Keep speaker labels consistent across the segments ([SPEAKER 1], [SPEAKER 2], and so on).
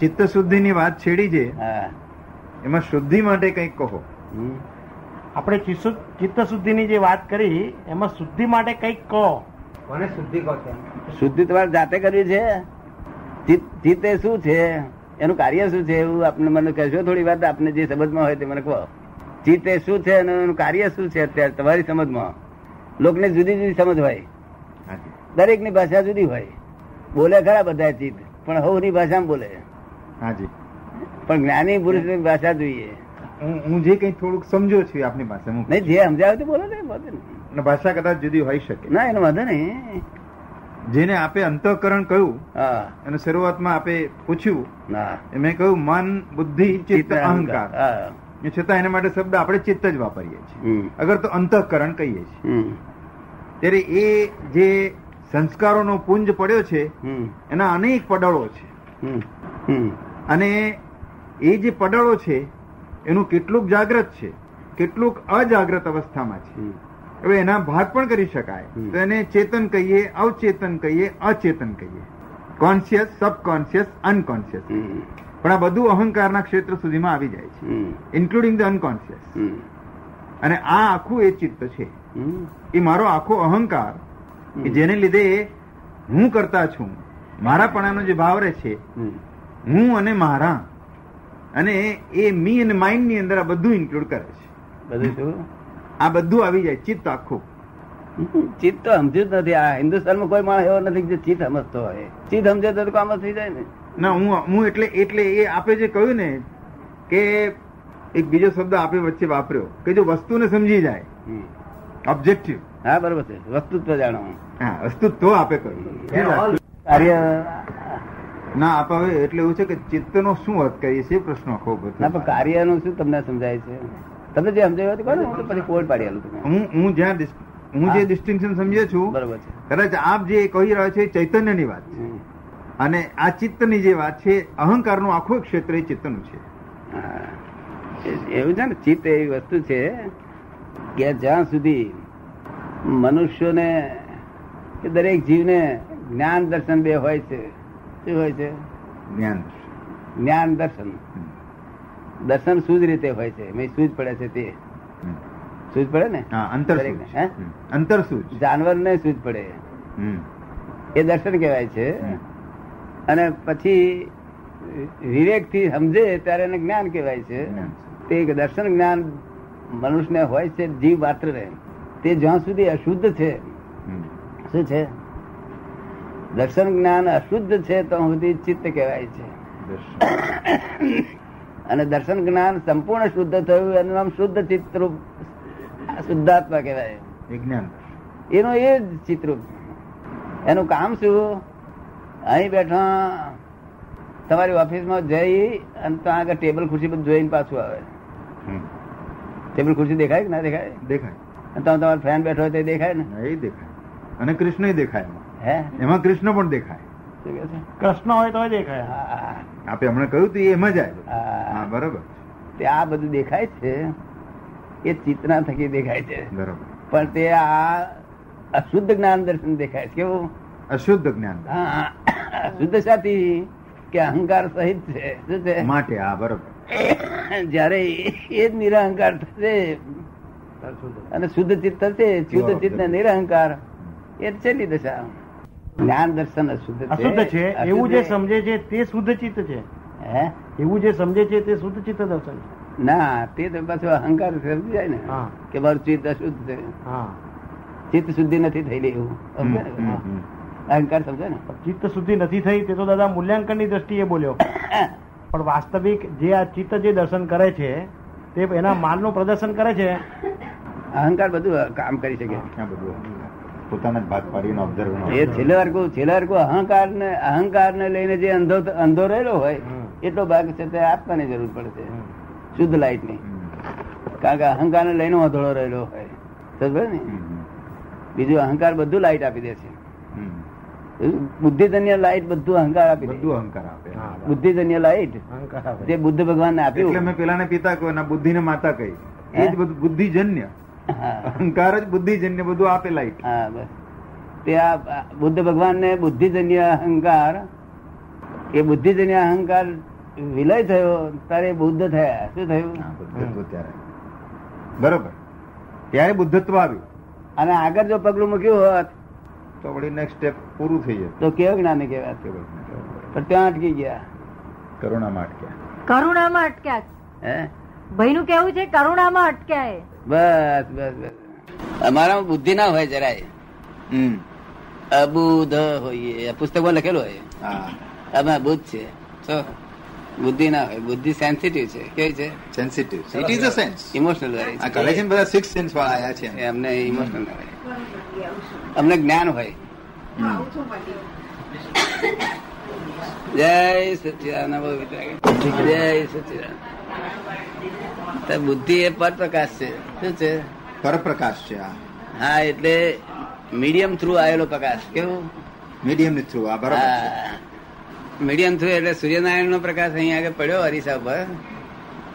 [SPEAKER 1] ચિત્ત શુદ્ધિની વાત છેડી છે
[SPEAKER 2] હા
[SPEAKER 1] એમાં શુદ્ધિ માટે કંઈક કહો
[SPEAKER 2] હમ.
[SPEAKER 3] આપણે ચિત્સુ- ચિત્તશુદ્ધિની જે વાત કરી એમાં શુદ્ધિ માટે કંઈક કહો
[SPEAKER 4] કોને શુદ્ધિ કહો છો
[SPEAKER 2] શુદ્ધિ તમારે જાતે કરવી છે ચિત્ત- ચિત્ત એ શું છે એનું કાર્ય શું છે એવું આપને મને કહેશો થોડી વાર આપને જે સમજમાં હોય તે મને કહો ચિત્ત એ શું છે અને એનું કાર્ય શું છે અત્યારે તમારી સમજમાં લોકોને જુદી જુદી સમજ હોય
[SPEAKER 1] હાજી.
[SPEAKER 2] દરેકની ભાષા જુદી હોય બોલે ખરા બધા ચિત્ત પણ હવની ભાષામાં બોલે
[SPEAKER 1] હાજી
[SPEAKER 2] પણ જ્ઞાની પુરુષની ભાષા જોઈએ
[SPEAKER 1] હું હું જે કંઈ થોડુંક સમજો છું આપની પાસે હું
[SPEAKER 2] નહીં જે સમજાવે તે બોલો ને વાંધો નહીં.
[SPEAKER 1] અને ભાષા કદાચ જુદી હોઈ શકે
[SPEAKER 2] ના એનો વાંધો નહીં
[SPEAKER 1] જેને આપે અંતઃકરણ કહ્યું
[SPEAKER 2] હા
[SPEAKER 1] અને શરૂઆતમાં આપે પૂછ્યું
[SPEAKER 2] ના
[SPEAKER 1] એ મેં કહ્યું મન બુદ્ધિ ચિત્ત અહંકાર
[SPEAKER 2] હા
[SPEAKER 1] એ છતાં એના માટે શબ્દ આપણે ચિત્ત જ વાપરીએ છીએ
[SPEAKER 2] હમ.
[SPEAKER 1] અગર તો અંતઃકરણ કહીએ છીએ
[SPEAKER 2] હમ
[SPEAKER 1] ત્યારે એ જે સંસ્કારોનો પુંજ પડ્યો છે
[SPEAKER 2] હમ
[SPEAKER 1] એના અનેક પડાળો છે
[SPEAKER 2] હમ હમ
[SPEAKER 1] અને એ જે પડાળો છે એનું કેટલુંક જાગ્રત છે કેટલુંક અજાગ્રત અવસ્થામાં છે
[SPEAKER 2] હમ.
[SPEAKER 1] હવે એના ભાગ પણ કરી શકાય
[SPEAKER 2] હમ.
[SPEAKER 1] તો એને ચેતન કહીએ અવચેતન કહીએ અચેતન કહીએ કોન્શિયસ સબકોન્શિયસ અનકોન્શિયસ
[SPEAKER 2] હમ.
[SPEAKER 1] પણ આ બધું અહંકારના ક્ષેત્ર સુધીમાં આવી જાય છે
[SPEAKER 2] hmm.
[SPEAKER 1] Including the unconscious
[SPEAKER 2] hmm.
[SPEAKER 1] અને આ આખું એ ચિત્ત છે
[SPEAKER 2] હમ.
[SPEAKER 1] એ મારો આખો અહંકાર કે જેને લીધે હું કરતા છું મારાપણાનો જે ભાવ રહે છે
[SPEAKER 2] હમ.
[SPEAKER 1] હું અને મારા અને એ મી અને માઇન્ડ ની અંદર આ બધું ઇન્ક્લુડ કરે છે
[SPEAKER 2] બધું શું?
[SPEAKER 1] આ બધું આવી જાય ચિત્ત આખું
[SPEAKER 2] ચિત્ત તો સમજ્યું જ નથી આ હિન્દુસ્તાનમાં કોઈ માણસ એવો નથી કે જે ચિત્ત સમજતો હોય ચિત્ત સમજે તો કામ જ થઈ જાય ને
[SPEAKER 1] ના હું હું એટલે એટલે એ આપે જે કહ્યું ને કે એક બીજો શબ્દ આપે વચ્ચે વાપર્યો કે જો વસ્તુને સમજી જાય
[SPEAKER 2] હમ.
[SPEAKER 1] ઓબ્જેક્ટિવ
[SPEAKER 2] હા બરોબર છે વસ્તુ જ જાણો
[SPEAKER 1] હા વસ્તુ તો આપે કહ્યું
[SPEAKER 2] કાર્ય
[SPEAKER 1] ના આપ હવે એટલે એવું છે કે ચિત્તનો શું અર્થ કરીએ છીએ એ પ્રશ્ન આખો ઉભો
[SPEAKER 2] ના પણ
[SPEAKER 1] થયો.
[SPEAKER 2] કાર્યનું શું તમને સમજાય છે તમને જે સમજાયું હતું કહો ને હું તો પછી કોડ પાડી આલું તમને
[SPEAKER 1] હું હું જ્યાં dis- હું જે
[SPEAKER 2] હા.
[SPEAKER 1] ડિસ્ટિંક્શન સમજે છું
[SPEAKER 2] બરોબર છે
[SPEAKER 1] કદાચ આપ જે કહી રહ્યા છો એ ચૈતન્યની વાત છે
[SPEAKER 2] હમ.
[SPEAKER 1] અને આ ચિત્તની જે વાત છે અહંકારનું આખું ક્ષેત્ર એ ચિત્તનું છે
[SPEAKER 2] હા. એ- એવું છે ને ચિત્ત એવી વસ્તુ છે કે જ્યાં સુધી મનુષ્યને કે દરેક જીવને જ્ઞાન દર્શન બે હોય છે શું હોય છે
[SPEAKER 1] જ્ઞાન
[SPEAKER 2] જ્ઞાન દર્શન
[SPEAKER 1] હમ.
[SPEAKER 2] દર્શન સૂઝ રીતે હોય છે મેં સૂઝ પડે છે તે
[SPEAKER 1] હમ.
[SPEAKER 2] સૂઝ પડે ને
[SPEAKER 1] હા અંતર
[SPEAKER 2] દરેકને,
[SPEAKER 1] સૂઝ.
[SPEAKER 2] હે?
[SPEAKER 1] હમ. અંતર સૂઝ.
[SPEAKER 2] જાનવરને સૂઝ પડે
[SPEAKER 1] હમ.
[SPEAKER 2] એ દર્શન કહેવાય
[SPEAKER 1] હમ.
[SPEAKER 2] છે અને પછી વિવેક થી સમજે ત્યારે એને જ્ઞાન કહેવાય છે
[SPEAKER 1] જ્ઞાન.
[SPEAKER 2] તે એક દર્શન જ્ઞાન મનુષ્યને હોય છે જીવ માત્ર તે જ્યાં સુધી અશુદ્ધ છે
[SPEAKER 1] હમ.
[SPEAKER 2] શું છે દર્શન જ્ઞાન અશુદ્ધ છે ત્યાં સુધી ચિત્ત કહેવાય છે
[SPEAKER 1] દર્શન.
[SPEAKER 2] અને દર્શન જ્ઞાન સંપૂર્ણ શુદ્ધ થયું એનું નામ શુદ્ધ ચિત્તરૂપ શુદ્ધાત્મા કહેવાય
[SPEAKER 1] એ જ્ઞાન
[SPEAKER 2] એનો એ જ ચિત્તરૂપ એનું કામ શું અહીં બેઠા તમારી ઓફિસમાં જઈ અને ત્યાં આગળ ટેબલ ખુરશી બધું જોઈને પાછું આવે
[SPEAKER 1] હમ.
[SPEAKER 2] ટેબલ ખુરશી દેખાય કે ના દેખાય
[SPEAKER 1] દેખાય
[SPEAKER 2] અને તમે તમારો ફ્રેન્ડ બેઠો હોય તો એ દેખાય ને
[SPEAKER 1] હા, એ દેખાય અને કૃષ્ણ દેખાય એમાં.
[SPEAKER 2] હે
[SPEAKER 1] એમાં કૃષ્ણ પણ દેખાય
[SPEAKER 2] શું કહે છે
[SPEAKER 3] કૃષ્ણ હોય તો દેખાય
[SPEAKER 2] આ,
[SPEAKER 1] આપે હમણાં કહ્યું હતું એ એમાં જ આવ્યું હા
[SPEAKER 2] આ,
[SPEAKER 1] બરોબર
[SPEAKER 2] તે આ બધું દેખાય છે એ ચિત્તના થકી દેખાય છે
[SPEAKER 1] બરોબર
[SPEAKER 2] પણ તે આ અશુદ્ધ જ્ઞાન દર્શન દેખાય છે કેવું
[SPEAKER 1] અશુદ્ધ જ્ઞાન
[SPEAKER 2] હા, અશુદ્ધ સાથી કે અહંકાર સહિત છે શું છે
[SPEAKER 1] માટે હા બરોબર
[SPEAKER 2] જ્યારે એ જ નિરહંકાર થશે અને શુદ્ધ ચિત્ત થશે શુદ્ધ ચિત્ત ને નિરહંકાર એ છેલ્લી દશા જ્ઞાન દર્શન અશુદ્ધ છે
[SPEAKER 3] અશુદ્ધ છે એવું
[SPEAKER 2] અશુદ્ધ
[SPEAKER 3] જે
[SPEAKER 2] એ-
[SPEAKER 3] સમજે છે તે શુદ્ધ ચિત્ત છે
[SPEAKER 2] હે
[SPEAKER 3] એવું જે સમજે છે તે શુદ્ધ ચિત્ત દર્શન છે
[SPEAKER 2] ના તે તો પાછો અહંકાર સમજી જાય ને
[SPEAKER 3] હા.
[SPEAKER 2] કે મારું ચિત્ત અશુદ્ધ છે
[SPEAKER 3] હા
[SPEAKER 2] ચિત્ત શુદ્ધિ નથી થયેલી એવું
[SPEAKER 1] હમ,
[SPEAKER 2] સમજાય
[SPEAKER 1] હમ,
[SPEAKER 2] ને?
[SPEAKER 1] હમ.
[SPEAKER 2] અહંકાર સમજાય ને
[SPEAKER 3] પણ ચિત્ત શુદ્ધિ નથી થઈ તે તો દાદા મૂલ્યાંકનની દ્રષ્ટિએ બોલ્યો પણ વાસ્તવિક જે આ ચિત્ત જે દર્શન કરે છે તે એના માનનું પ્રદર્શન કરે છે
[SPEAKER 2] અહંકાર બધું કામ કરી શકે
[SPEAKER 1] આ બધું પોતાના જ ભાગ પાડીને ઓબ્ઝર્વ
[SPEAKER 2] એ છેલ્લે વર્ગો છેલ્લે વર્ગો અહંકાર ને અહંકાર ને લઈને જે અંધો અંધો રહેલો હોય
[SPEAKER 3] હમ.
[SPEAKER 2] એટલો ભાગ છે તે આત્માની જરૂર પડે છે શુદ્ધ લાઈટ ની કારણ કે અહંકાર ને લઈને વાંધોળો રહેલો હોય સમજ્યો ને બીજું અહંકાર બધું લાઈટ આપી દે છે બુદ્ધિજન્ય લાઈટ બધું અહંકાર આપી દે
[SPEAKER 1] બધું અહંકાર આપે
[SPEAKER 3] હા.
[SPEAKER 2] બુદ્ધિજન્ય લાઈટ
[SPEAKER 3] અહંકાર આવે.
[SPEAKER 2] જે બુદ્ધ ભગવાન ને
[SPEAKER 1] એટલે
[SPEAKER 2] આપ્યું
[SPEAKER 1] મેં પેલાને પિતા કહ્યું અને બુદ્ધિને માતા કહી એ જ
[SPEAKER 2] હે?
[SPEAKER 1] બધું બુદ્ધિજન્ય
[SPEAKER 2] હા
[SPEAKER 1] અહંકાર જ બુદ્ધિજન્ય બધું આપે લાઈટ
[SPEAKER 2] હા બસ તે આ બુદ્ધ ભગવાન ને બુદ્ધિજન્ય અહંકાર એ બુદ્ધિજન્ય અહંકાર વિલય થયો ત્યારે બુદ્ધ થયા શું થયું
[SPEAKER 1] હા, બુદ્ધત્વ ત્યારે બરોબર ત્યારે બુદ્ધત્વ આવ્યું
[SPEAKER 2] અને આગળ જો પગલું મૂક્યું હોત
[SPEAKER 1] તો વળી નેક્સ્ટ સ્ટેપ પૂરું થઈ જતું
[SPEAKER 2] તો કેવું જ્ઞાન કહેવાત
[SPEAKER 1] કે ભાઈ,
[SPEAKER 2] પણ ત્યાં અટકી ગયા
[SPEAKER 1] કરુણામાં અટક્યા
[SPEAKER 5] કરુણામાં અટક્યા
[SPEAKER 2] હે
[SPEAKER 5] ભાઈનું કેવું છે કરુણામાં અટક્યા એ
[SPEAKER 2] બસ બસ બસ અમારામાં બુદ્ધિ ના હોય જરાય
[SPEAKER 1] હમ
[SPEAKER 2] અબુધ હોઈએ પુસ્તકમાં લખેલું હોય
[SPEAKER 1] હા
[SPEAKER 2] અમે અબુધ છે તો બુદ્ધિ ના હોય બુદ્ધિ સેન્સિટિવ છે કેવી છે
[SPEAKER 1] sensitive it is a sense
[SPEAKER 2] emotional હોય
[SPEAKER 1] આ કલેક્શન બધા સિક્સ સેન્સ વાળા આયા છે
[SPEAKER 2] છે અમને ઇમોશનલ ના હોય અમને જ્ઞાન હોય
[SPEAKER 1] હમ.
[SPEAKER 2] જય સચિદાન જય સચિદાન બુદ્ધિ એ પરપ્રકાશ છે શું છે
[SPEAKER 1] પરપ્રકાશ છે આ
[SPEAKER 2] હા એટલે મીડિયમ થ્રુ આવેલો પ્રકાશ કેવું
[SPEAKER 1] મીડિયમ ની થ્રુ આ બરોબર છે.
[SPEAKER 2] મીડિયમ થ્રુ એટલે સૂર્યનારાયણ નો પ્રકાશ અહીંયા આગળ પડ્યો અરીસા પર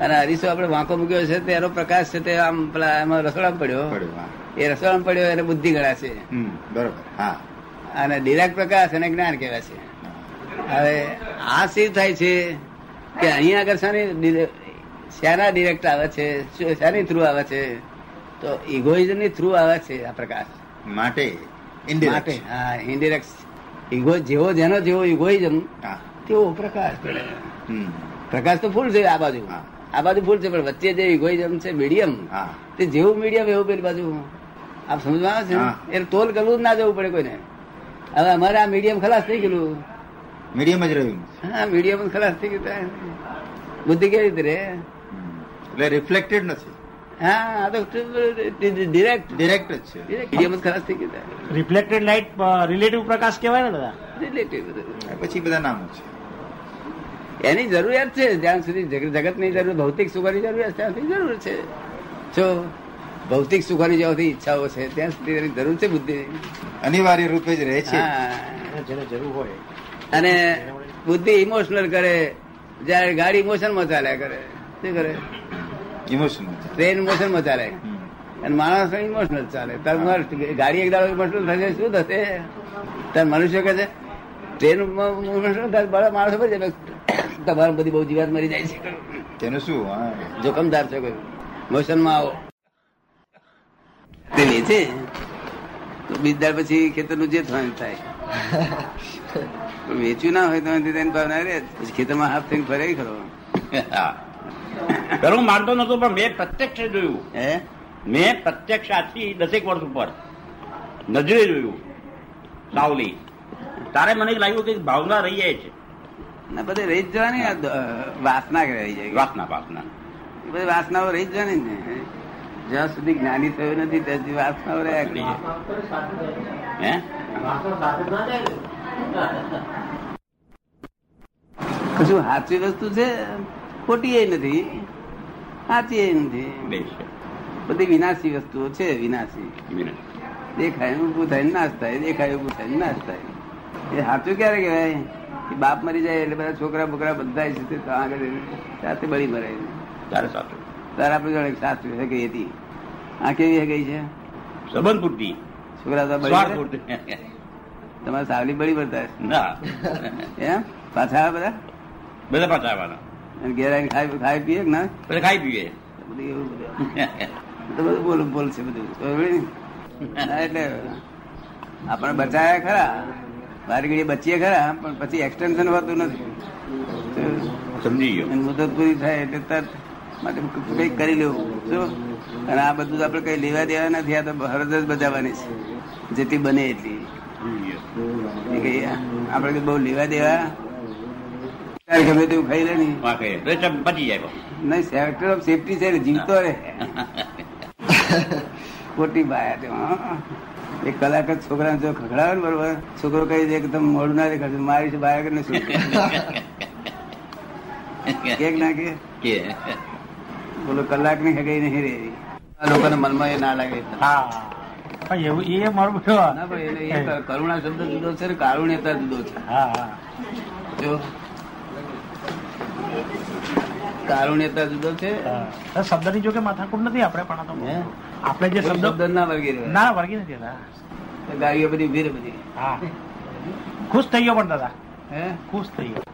[SPEAKER 2] અને અરીસો આપણે વાંકો મૂક્યો છે તેનો પ્રકાશ છે તે આમ પેલા એમાં રસોડામાં પડ્યો
[SPEAKER 1] પડ્યું, હા.
[SPEAKER 2] એ રસોડામાં પડ્યો એટલે બુદ્ધિ ગણાશે
[SPEAKER 1] હમ, બરોબર હા
[SPEAKER 2] અને ડિરાક પ્રકાશ અને જ્ઞાન કહેવાય છે હવે આ સિદ્ધ થાય છે કે અહીંયા આગળ શાની ડિરે- શાના ડિરેક્ટ આવે છે શું- શાની થ્રુ આવે છે તો ઇગોઇઝમ ની થ્રુ આવે છે આ પ્રકાશ
[SPEAKER 1] માટે indirect.
[SPEAKER 2] માટે હા ઇન્ડિરેક્ટ ઈગો જેવો જેનો જેવો ઇગોઇઝમ
[SPEAKER 1] હા
[SPEAKER 2] તેવો પ્રકાશ પડે
[SPEAKER 1] હમ,
[SPEAKER 2] પ્રકાશ તો ફૂલ છે આ બાજુ
[SPEAKER 1] હા.
[SPEAKER 2] આ બાજુ ફૂલ છે પણ વચ્ચે જે ઇગોઇઝમ છે મીડિયમ
[SPEAKER 1] હા
[SPEAKER 2] તે જેવું મીડિયમ એવું પેલી બાજુ આપ સમજમાં આવે છે
[SPEAKER 1] હા.
[SPEAKER 2] એટલે તોલ કરવું જ ના જવું પડે કોઈને હવે અમારે આ મીડિયમ ખલાસ થઈ ગયેલું
[SPEAKER 1] મીડિયમ જ રહ્યું
[SPEAKER 2] હા મીડિયમ ખલાસ થઈ ગયું બુદ્ધિ કેવી રીતે રે
[SPEAKER 1] હમ. એટલે રિફ્લેક્ટેડ નથી
[SPEAKER 2] હા આ તો ડિરેક્ટ
[SPEAKER 1] ડિરેક્ટ જ છે
[SPEAKER 2] મીડિયમ જ ખલાસ થઈ ગયું
[SPEAKER 3] રિફ્લેક્ટેડ લાઇટ રિલેટિવ પ્રકાશ કહેવાય ને દાદા
[SPEAKER 2] રિલેટિવ
[SPEAKER 1] આ પછી બધા નામો છે
[SPEAKER 2] એની જરૂરિયાત છે જ્યાં સુધી જગત ની જરૂર ભૌતિક સુખોની જરૂરિયાત છે, ત્યાં સુધી જરૂર છે જો ભૌતિક સુખોની જ્યાંથી ઈચ્છાઓ છે ત્યાં સુધી એની જરૂર છે બુદ્ધિ
[SPEAKER 1] અનિવાર્ય રૂપે જ રહે છે
[SPEAKER 3] જેને જરૂર હોય
[SPEAKER 2] અને બુદ્ધિ ઇમોશનલ કરે જ્યારે ગાડી મોશનમાં ચાલ્યા કરે શું કરે
[SPEAKER 1] ઇમોશનલ
[SPEAKER 2] ટ્રેન મોશનમાં ચાલે અને માણસ ઇમોશનલ ચાલે તાર માણસ- ગાડી એક દાડો ઇમોશનલ થશે શું થશે તાર મનુષ્ય કહે છે ટ્રેન ઇમોશનલ થાય બરાબર માણસ પર જાય તમારે બધી બહુ જીવાત મરી જાય છે
[SPEAKER 1] તેનું શું હા
[SPEAKER 2] જોખમદાર છે કોઈ મોશનમાં આવો તે વેચે તો બીજદાર પછી ખેતરનું જે થવાનું થાય પણ વેચ્યું ના હોય તો એનાથી તેની ભાવના રહે જ. પછી ખેતરમાં હાફ થઈને ફરે ય ખરો
[SPEAKER 6] પેલું માનતો નતો પણ મેં પ્રત્યક્ષ જોયું
[SPEAKER 2] હે
[SPEAKER 6] મેં પ્રત્યક્ષ આજથી દસેક વર્ષ ઉપર નજરે જોયું સાવલી તારે મને લાગ્યું કે ભાવના રહી જાય છે
[SPEAKER 2] ના બધે રહી જ જવાની આ દ- વાસના રહી જાય
[SPEAKER 6] વાસના વાસના
[SPEAKER 2] એ બધી વાસનાઓ રહી જ જવાની ને જ્યાં સુધી જ્ઞાની થયું નથી ત્યાં સુધી વાસનાઓ રહ્યા કરે
[SPEAKER 6] હે
[SPEAKER 2] કશું સાચી વસ્તુ છે ખોટી એ નથી સાચી એ નથી
[SPEAKER 6] બે છે.
[SPEAKER 2] બધી વિનાશી વસ્તુઓ છે વિનાશી
[SPEAKER 6] વિનય.
[SPEAKER 2] દેખાય ઊભું થઈને નાશ થાય દેખાય ઊભું થઈને નાશ થાય એ સાચું ક્યારે કહેવાય કે બાપ મરી જાય એટલે બધા છોકરા બોકરા બધા છે તે ત્યાં આગળ એને સાથે બળી મરે
[SPEAKER 6] તારે સાચું
[SPEAKER 2] તારા આપણે જોડે સાચું છે ગઈ હતી આ કેવી હે ગઈ છે
[SPEAKER 6] સંબંધ પૂરતી
[SPEAKER 2] છોકરા તો બળી
[SPEAKER 6] સ્વાર્થ
[SPEAKER 2] મરે.
[SPEAKER 6] પૂરતી
[SPEAKER 2] તમારા સાવલી બળી ભરતા
[SPEAKER 6] ના
[SPEAKER 2] હશે એમ પાછા આવે બધા
[SPEAKER 6] બધા પાછા આવવાના
[SPEAKER 2] અને ઘેર આવીને ખાઈ ખાઈ પીએ કે ના
[SPEAKER 6] પછી ખાઈ પીએ
[SPEAKER 2] બધું એવું બધું તો બધું બોલ બોલ છે બધું ખબર પડી ને? હા, એટલે આપણે બચાયા ખરા બારી ઘડી બચીએ ખરા પણ પછી એક્સટેન્શન હોતું નથી તો
[SPEAKER 6] સમજી ગયો
[SPEAKER 2] એની મુદત પૂરી થાય એટલે તરત માટે કંઈક કરી લેવું શું અને આ બધું તો આપણે કઈ લેવા દેવા નથી આ તો હરદ જ બચાવવાની છે જેટલી બને એટલી
[SPEAKER 6] સમજી ગયો
[SPEAKER 2] એ કઈ આપણે કઈ બહુ લેવા દેવા તારે ગમે તેવું ખાઈ લે નહીં
[SPEAKER 6] વાંકે. એટલે ચમ- પચી જાય પણ.
[SPEAKER 2] નહીં સેક્ટર ઓફ સેફટી છે એટલે જીવતો રે ખોટી બાયા તે, હા. એક કલાક જ છોકરા જો ખખડાવે ને બરોબર છોકરો કહી દે કે તમે મોડું ના દેખાડશો મારી છે બાયા કે શું કે કે ના કે
[SPEAKER 6] કે
[SPEAKER 2] બોલો કલાક ની હગાઈ નહીં રહેવી આ લોકોના મનમાં એ ના લાગે
[SPEAKER 3] હા પણ એવું એ મારું બધું
[SPEAKER 2] ના ભાઈ એટલે એ ક- કરુણા શબ્દ જુદો છે ને કારુણ્યતા જુદો છે
[SPEAKER 3] હા હા
[SPEAKER 2] જો કારુણ્યતા જુદો છે
[SPEAKER 3] હા શબ્દ ની જો કે માથાકૂટ નથી આપણે પણ આ તો
[SPEAKER 2] હે?
[SPEAKER 3] આપણે જે
[SPEAKER 2] કોઈ
[SPEAKER 3] શબ્દ
[SPEAKER 2] શબ્દ ના વર્ગી રહ્યો.
[SPEAKER 3] ના વળગી નથી દાદા
[SPEAKER 2] ગાડીઓ બધી ઉભી રહે બધી
[SPEAKER 3] હા ખુશ થઈ ગયો પણ દાદા
[SPEAKER 2] હે
[SPEAKER 3] ખુશ થઈ ગયો